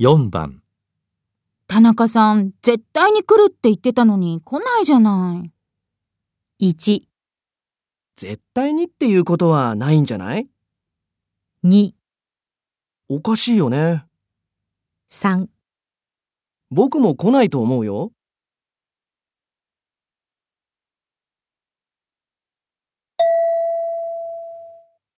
4番田中さん、絶対に来るって言ってたのに来ないじゃない。 1、絶対にっていうことはないんじゃない2、おかしいよね。 3僕も来ないと思うよ。